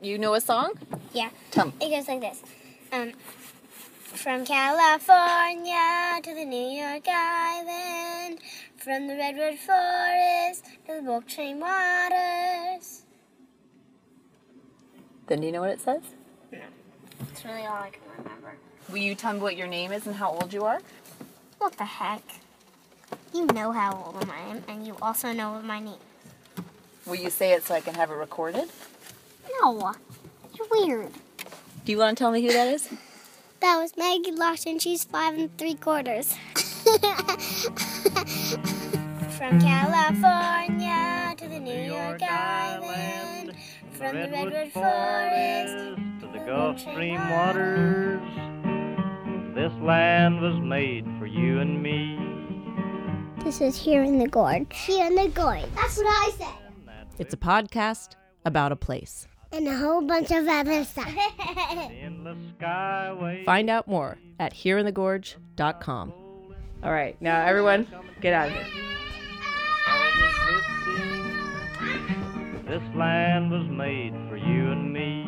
You know a song? Yeah. Tell me. It goes like this. Um, from California to the New York Island, from the redwood forest to the Bulk Train waters. Then do you know what it says? That's really all I can remember. Will you tell me what your name is and how old you are? What the heck? You know how old I am, and you also know what my name. Will you say it so I can have it recorded? No, you're weird. Do you want to tell me who that is? That was Maggie Lawson. She's five and three quarters. From California to the New York Island, from the redwood forest. to the Gulf Stream waters. This land was made for you and me. This is here in the gorge. Here in the gorge. That's what I said. It's a podcast about a place. And a whole bunch of other stuff. Endless skyway. Find out more at hereinthegorge.com. All right, now everyone, get out of here. This land was made for you and me.